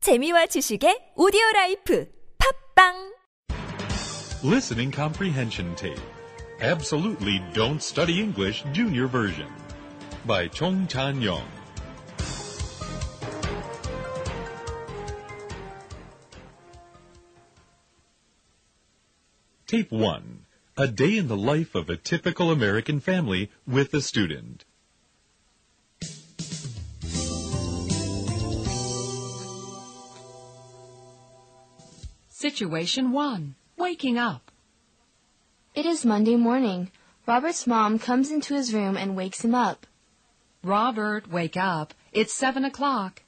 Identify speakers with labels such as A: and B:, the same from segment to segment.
A: 재미와 지식의 오디오 라이프 팝빵
B: Listening Comprehension Tape. Absolutely Don't Study English Junior Version by Chong Chan Yong. Tape 1. A day in the life of a typical American family with a student.
C: Situation 1. Waking up.
D: It is Monday morning. Robert's mom comes into his room and wakes him up.
C: Robert, wake up. It's 7 o'clock.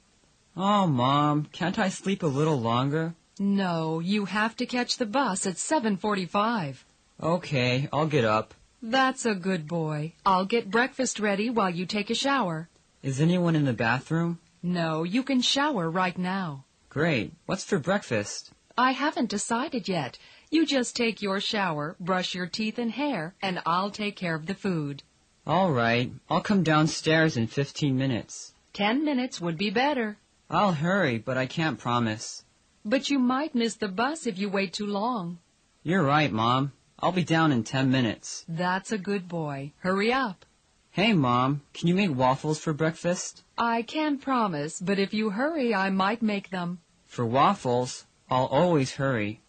E: Oh, Mom, can't I sleep a little longer?
C: No, you have to catch the bus at 7.45.
E: Okay, I'll get up.
C: That's a good boy. I'll get breakfast ready while you take a shower.
E: Is anyone in the bathroom?
C: No, you can shower right now.
E: Great. What's for breakfast?
C: I haven't decided yet. You just take your shower, brush your teeth and hair, and I'll take care of the food.
E: All right, I'll come downstairs in 15 minutes.
C: Ten minutes would be better.
E: I'll hurry, but I can't promise.
C: But you might miss the bus if you wait too long.
E: You're right, Mom. I'll be down in 10 minutes.
C: That's a good boy. Hurry up.
E: Hey, Mom, can you make waffles for breakfast?
C: I can promise, but if you hurry, I might make them.
E: For waffles, I'll always hurry.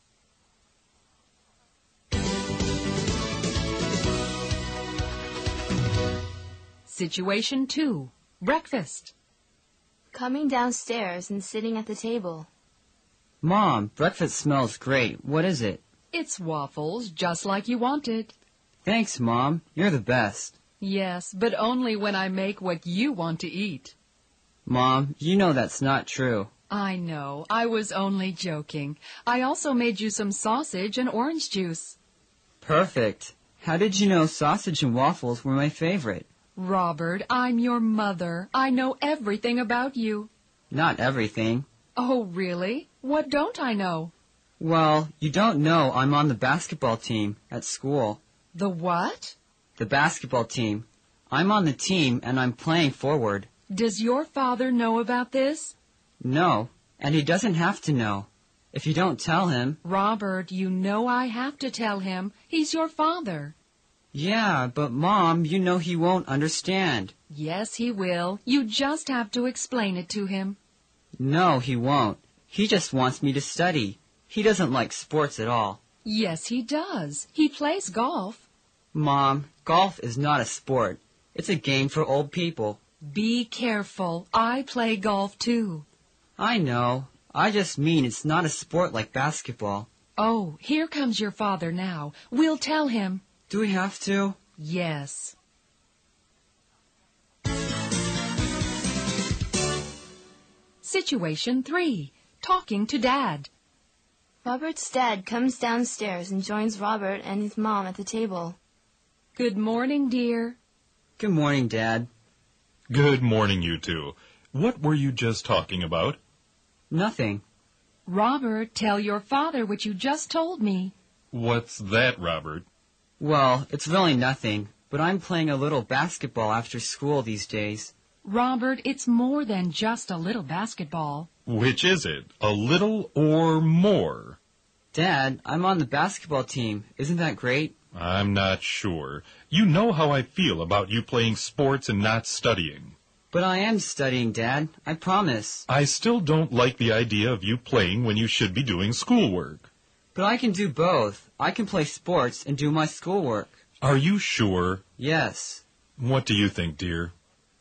C: Situation 2. Breakfast.
D: Coming downstairs and sitting at the table.
E: Mom, breakfast smells great. What is it?
C: It's waffles, just like you wanted.
E: Thanks, Mom. You're the best.
C: Yes, but only when I make what you want to eat.
E: Mom, you know that's not true.
C: I know, I was only joking. I also made you some sausage and orange juice.
E: Perfect. How did you know sausage and waffles were my favorite?
C: Robert, I'm your mother. I know everything about you.
E: Not everything.
C: Oh, really? What don't I know?
E: Well, you don't know I'm on the basketball team at school.
C: The what?
E: The basketball team. I'm on the team and I'm playing forward.
C: Does your father know about this?
E: No, and he doesn't have to know. If you don't tell him,
C: Robert, you know I have to tell him. He's your father.
E: yeah, but Mom, you know he won't understand.
C: Yes, he will. You just have to explain it to him.
E: No, he won't. He just wants me to study. He doesn't like sports at all.
C: Yes, he does. He plays golf.
E: Mom, golf is not a sport. It's a game for old people.
C: Be careful. I play golf too.
E: I know. I just mean it's not a sport like basketball.
C: Oh, here comes your father now. We'll tell him.
E: Do we have to?
C: Yes. Situation 3. Talking to Dad.
D: Robert's dad comes downstairs and joins Robert and his mom at the table.
C: Good morning, dear.
E: Good morning, Dad.
B: Good morning, you two. What were you just talking about?
E: Nothing.
C: Robert, tell your father what you just told me.
B: What's that, Robert?
E: Well, it's really nothing, but I'm playing a little basketball after school these days.
C: Robert, it's more than just a little basketball.
B: Which is it, a little or more?
E: Dad, I'm on the basketball team. Isn't that great?
B: I'm not sure. You know how I feel about you playing sports and not studying.
E: But I am studying, Dad. I promise.
B: I still don't like the idea of you playing when you should be doing schoolwork.
E: But I can do both. I can play sports and do my schoolwork.
B: Are you sure?
E: Yes.
B: What do you think, dear?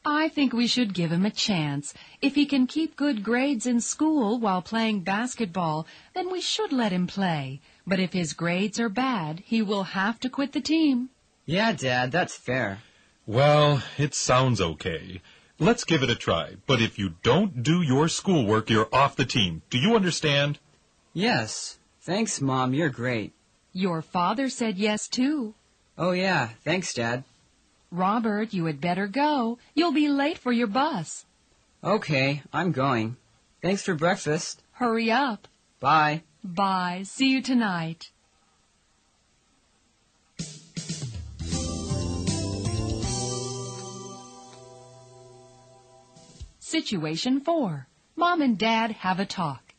C: I think we should give him a chance. If he can keep good grades in school while playing basketball, then we should let him play. But if his grades are bad, he will have to quit the team.
E: Yeah, Dad, that's fair.
B: Well, it sounds okay. Let's give it a try. But if you don't do your schoolwork, you're off the team. Do you understand?
E: Yes. Thanks, Mom. You're great.
C: Your father said yes, too.
E: Oh, yeah. Thanks, Dad.
C: Robert, you had better go. You'll be late for your bus.
E: Okay, I'm going. Thanks for breakfast.
C: Hurry up.
E: Bye.
C: Bye. See you tonight. Situation 4. Mom and Dad have a talk.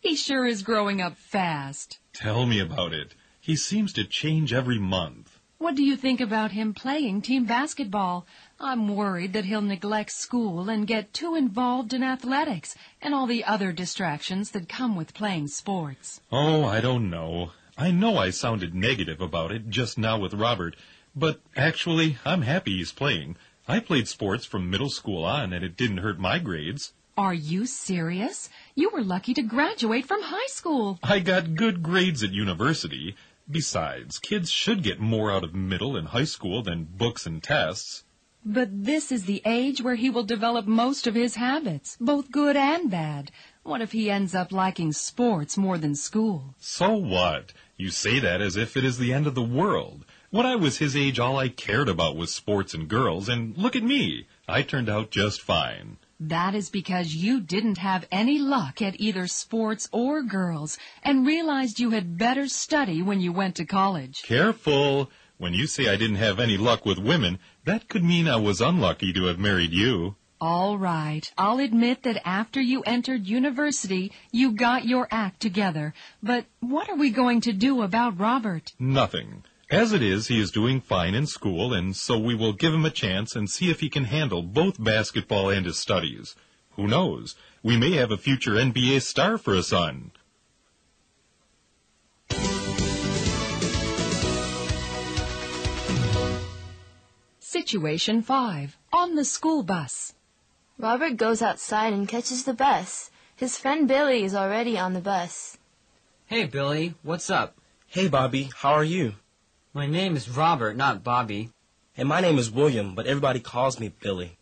C: He sure is growing up fast.
B: Tell me about it. He seems to change every month.
C: What do you think about him playing team basketball? I'm worried that he'll neglect school and get too involved in athletics and all the other distractions that come with playing sports.
B: Oh, I don't know. I know I sounded negative about it just now with Robert, but actually, I'm happy he's playing. I played sports from middle school on, and it didn't hurt my grades.
C: Are you serious? You were lucky to graduate from high school.
B: I got good grades at university. Besides, kids should get more out of middle and high school than books and tests.
C: But this is the age where he will develop most of his habits, both good and bad. What if he ends up liking sports more than school?
B: So what? You say that as if it is the end of the world. When I was his age, all I cared about was sports and girls, and look at me. I turned out just fine.
C: That is because you didn't have any luck at either sports or girls and realized you had better study when you went to college.
B: Careful. When you say I didn't have any luck with women, that could mean I was unlucky to have married you.
C: All right, I'll admit that after you entered university, you got your act together. But what are we going to do about Robert?
B: Nothing. As it is, he is doing fine in school, and so we will give him a chance and see if he can handle both basketball and his studies. Who knows? We may have a future NBA star for a son.
C: Situation 5. On the school bus.
D: Robert goes outside and catches the bus. His friend Billy is already on the bus.
E: Hey, Billy, what's up?
F: Hey, Bobby, how are you?
E: My name is Robert, not Bobby.
F: And my name is William, but everybody calls me Billy.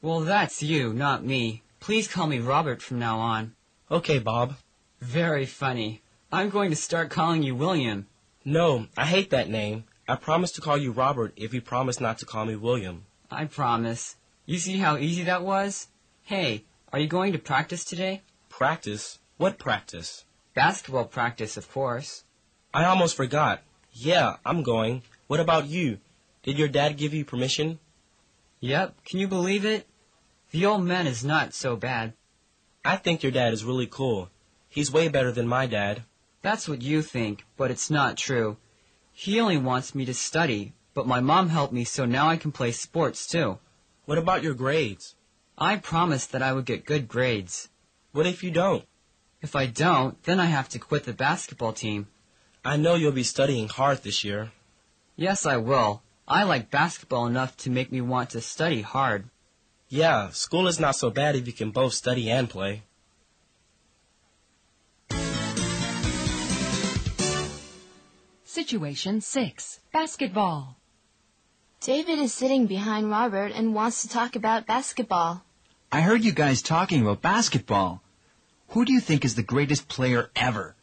E: Well, that's you, not me. Please call me Robert from now on.
F: Okay, Bob.
E: Very funny. I'm going to start calling you William.
F: No, I hate that name. I promise to call you Robert if you promise not to call me William.
E: I promise. You see how easy that was? Hey, are you going to practice today?
F: Practice? What practice?
E: Basketball practice, of course.
F: I almost forgot. Yeah, I'm going. What about you? Did your dad give you permission?
E: Yep, can you believe it? The old man is not so bad.
F: I think your dad is really cool. He's way better than my dad.
E: That's what you think, but it's not true. He only wants me to study, but my mom helped me so now I can play sports too.
F: What about your grades?
E: I promised that I would get good grades.
F: What if you don't?
E: If I don't, then I have to quit the basketball team.
F: I know you'll be studying hard this year.
E: Yes, I will. I like basketball enough to make me want to study hard.
F: Yeah, school is not so bad if you can both study and play.
C: Situation 6. Basketball.
D: David is sitting behind Robert and wants to talk about basketball.
G: I heard you guys talking about basketball. Who do you think is the greatest player ever?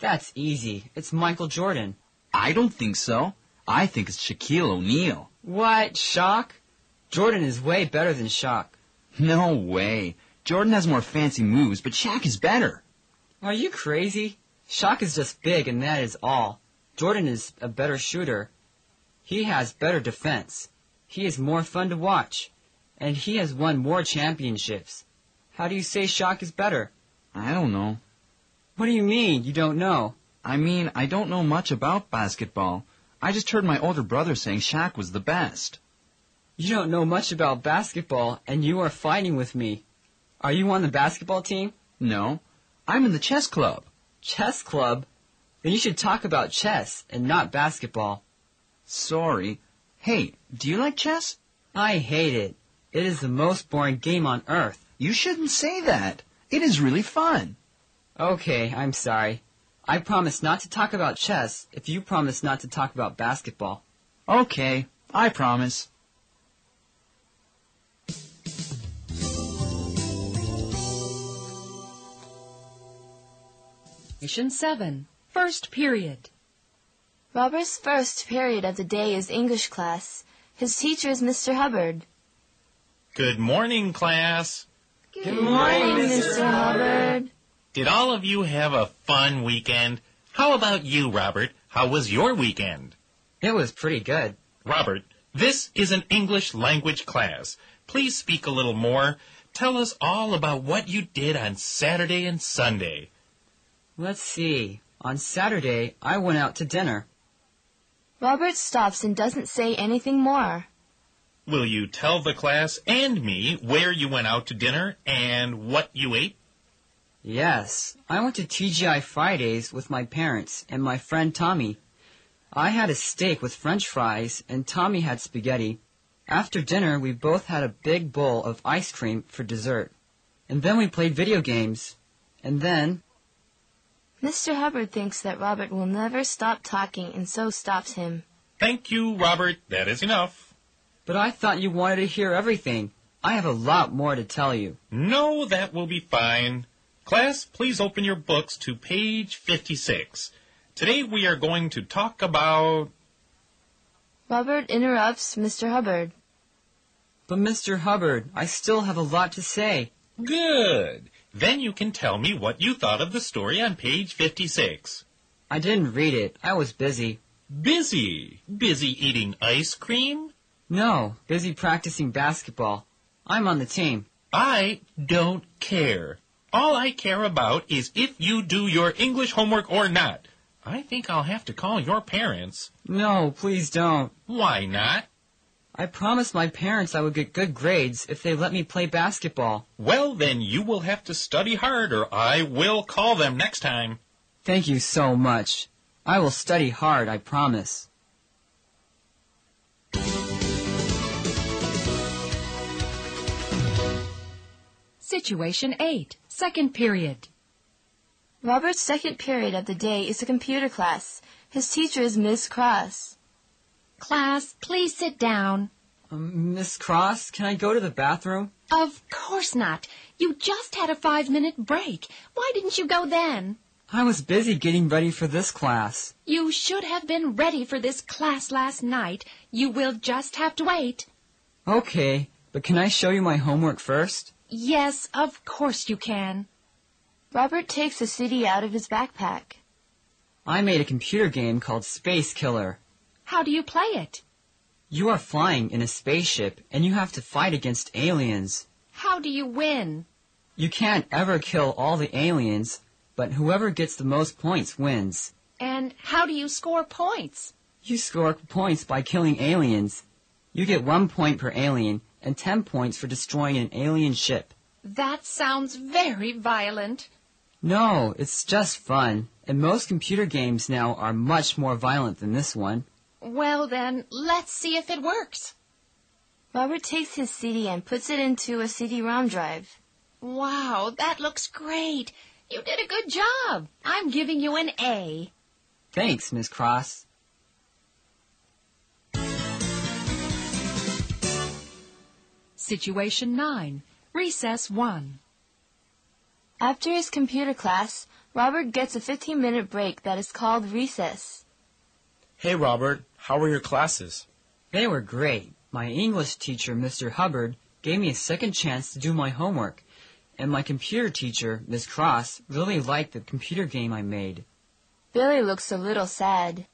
E: That's easy. It's Michael Jordan.
G: I don't think so. I think it's Shaquille O'Neal.
E: What? Shock? Jordan is way better than Shock.
G: No way. Jordan has more fancy moves, but Shaq is better.
E: Are you crazy? Shock is just big and that is all. Jordan is a better shooter. He has better defense. He is more fun to watch. And he has won more championships. How do you say Shock is better?
G: I don't know.
E: What do you mean you don't know?
G: I mean, I don't know much about basketball. I just heard my older brother saying Shaq was the best.
E: You don't know much about basketball and you are fighting with me. Are you on the basketball team?
G: No, I'm in the chess club.
E: Chess club? Then you should talk about chess and not basketball.
G: Sorry. Hey, do you like chess?
E: I hate it. It is the most boring game on earth.
G: You shouldn't say that. It is really fun.
E: Okay, I'm sorry. I promise not to talk about chess if you promise not to talk about basketball.
G: Okay, I promise.
C: Situation 7. First period.
D: Robert's first period of the day is English class. His teacher is Mr. Hubbard.
H: Good morning, class.
D: Good morning, Mr. Hubbard.
H: Did all of you have a fun weekend? How about you, Robert? How was your weekend?
E: It was pretty good.
H: Robert, this is an English language class. Please speak a little more.
B: Tell us all about what you did on Saturday and Sunday.
E: Let's see. On Saturday, I went out to dinner.
D: Robert stops and doesn't say anything more.
B: Will you tell the class and me where you went out to dinner and what you ate?
E: Yes, I went to TGI Fridays with my parents and my friend Tommy. I had a steak with french fries and Tommy had spaghetti. After dinner, we both had a big bowl of ice cream for dessert. And then we played video games. And then,
D: Mr. Hubbard thinks that Robert will never stop talking and so stops him.
B: Thank you, Robert. That is enough.
E: but I thought you wanted to hear everything. I have a lot more to tell you.
B: No, that will be fine. Class, please open your books to page 56. Today we are going to talk about.
D: Robert interrupts Mr. Hubbard.
E: But Mr. Hubbard, I still have a lot to say.
B: Good. Then you can tell me what you thought of the story on page 56.
E: I didn't read it. I was busy.
B: Busy. Busy eating ice cream?
E: No, busy practicing basketball. I'm on the team.
B: I don't care. All I care about is if you do your English homework or not. I think I'll have to call your parents.
E: No, please don't.
B: Why not?
E: I promised my parents I would get good grades if they let me play basketball.
B: Well, then you will have to study hard or I will call them next time.
E: Thank you so much. I will study hard, I promise.
I: Situation 8, second period.
D: Robert's second period of the day is a computer class. His teacher is Miss Cross.
C: Class, please sit down.
E: Um, Miss Cross, can I go to the bathroom?
C: Of course not. You just had a five minute break. Why didn't you go then?
E: I was busy getting ready for this class.
C: You should have been ready for this class last night. You will just have to wait.
E: Okay, but can I show you my homework first?
C: Yes, of course you can.
D: Robert takes a CD out of his backpack.
E: I made a computer game called Space Killer.
C: How do you play it?
E: You are flying in a spaceship and you have to fight against aliens.
C: How do you win?
E: You can't ever kill all the aliens, but whoever gets the most points wins.
C: And how do you score points?
E: You score points by killing aliens. You get one point per alien and ten points for destroying an alien ship.
C: That sounds very violent.
E: No, it's just fun, and most computer games now are much more violent than this one.
C: Well, then, let's see if it works.
D: Robert takes his CD and puts it into a CD-ROM drive.
C: Wow, that looks great. You did a good job. I'm giving you an A.
E: Thanks, Miss Cross.
I: Situation 9, recess 1.
D: After his computer class, Robert gets a 15-minute break that is called recess.
F: Hey, Robert, how were your classes?
E: They were great. My English teacher, Mr. Hubbard, gave me a second chance to do my homework, and my computer teacher, Miss Cross, really liked the computer game I made.
D: Billy looks a little sad.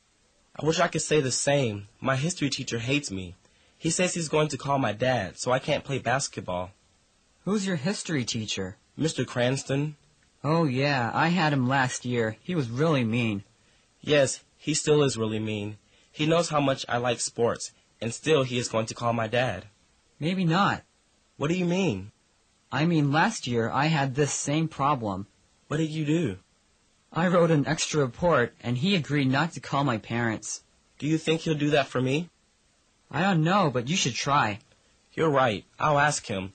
F: I wish I could say the same. My history teacher hates me. He says he's going to call my dad, so I can't play basketball.
E: Who's your history teacher?
F: Mr. Cranston?
E: Oh, yeah, I had him last year. He was really mean.
F: Yes, he still is really mean. He knows how much I like sports, and still he is going to call my dad.
E: Maybe not.
F: What do you mean?
E: I mean, last year I had this same problem.
F: What did you do?
E: I wrote an extra report, and he agreed not to call my parents.
F: Do you think he'll do that for me?
E: I don't know, but you should try.
F: You're right. I'll ask him.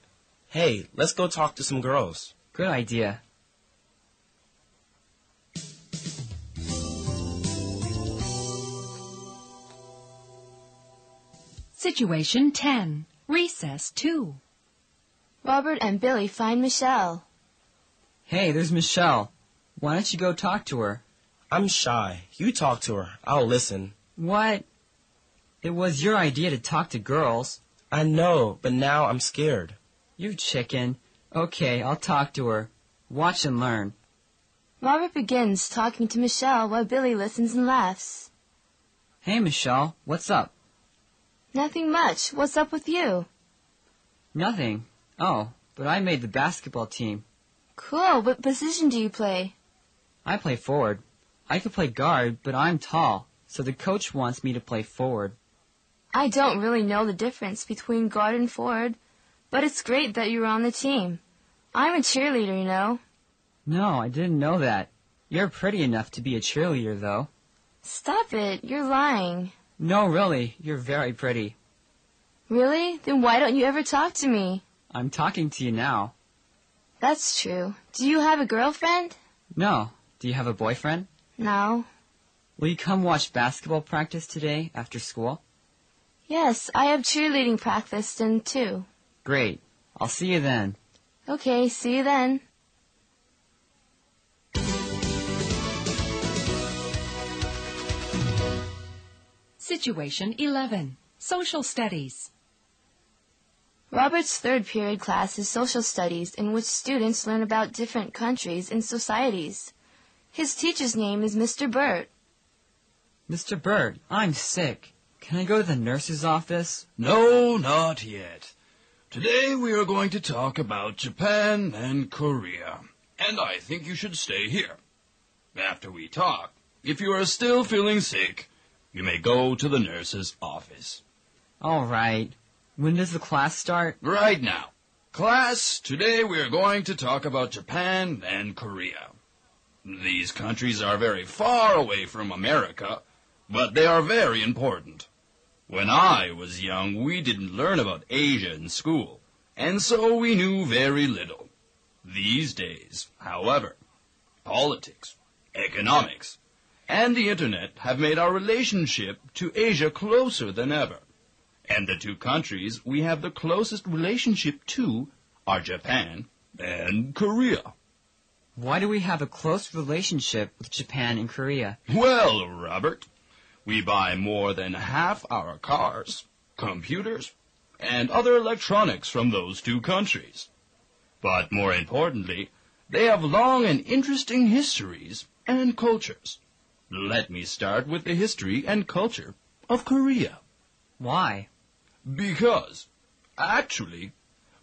F: Hey, let's go talk to some girls.
E: Good idea.
I: Situation 10, recess 2.
D: Robert and Billy find Michelle.
E: Hey, there's Michelle. Why don't you go talk to her?
F: I'm shy. You talk to her. I'll listen.
E: What? It was your idea to talk to girls.
F: I know, but now I'm scared.
E: You chicken. Okay, I'll talk to her. Watch and learn.
D: Robert begins talking to Michelle while Billy listens and laughs.
E: Hey, Michelle, what's up?
D: Nothing much. What's up with you?
E: Nothing. Oh, but I made the basketball team.
D: Cool. What position do you play?
E: I play forward. I could play guard, but I'm tall, so the coach wants me to play forward.
D: I don't really know the difference between guard and forward, but it's great that you're on the team. I'm a cheerleader, you know.
E: No, I didn't know that. You're pretty enough to be a cheerleader, though.
D: Stop it. You're lying.
E: No, really, you're very pretty.
D: Really? Then why don't you ever talk to me?
E: I'm talking to you now.
D: That's true. Do you have a girlfriend?
E: No, do you have a boyfriend?
D: No.
E: Will you come watch basketball practice today after school?
D: Yes, I have cheerleading practice then too.
E: Great. I'll see you then.
D: Okay, see you then.
C: Situation 11. Social Studies.
D: Robert's third period class is social studies in which students learn about different countries and societies. His teacher's name is Mr. Burt.
E: Mr. Bird, I'm sick. Can I go to the nurse's office?
J: No, not yet. Today we are going to talk about Japan and Korea. And I think you should stay here. After we talk, if you are still feeling sick, you may go to the nurse's office.
E: All right. When does the class start?
J: Right now. Class, today we are going to talk about Japan and Korea. These countries are very far away from America, but they are very important. When I was young, we didn't learn about Asia in school, and so we knew very little. These days, however, politics, economics, and the internet have made our relationship to Asia closer than ever. And the two countries we have the closest relationship to are Japan and Korea.
E: Why do we have a close relationship with Japan and Korea?
J: Well, Robert, we buy more than half our cars, computers, and other electronics from those two countries. But more importantly, they have long and interesting histories and cultures. Let me start with the history and culture of Korea.
E: Why?
J: Because, actually,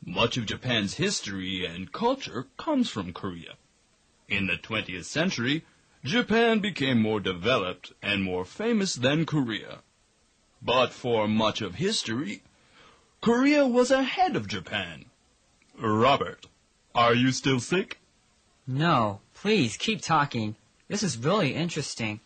J: much of Japan's history and culture comes from Korea. In the 20th century, Japan became more developed and more famous than Korea. But for much of history, Korea was ahead of Japan. Robert, are you still sick?
E: No, please keep talking. This is really interesting.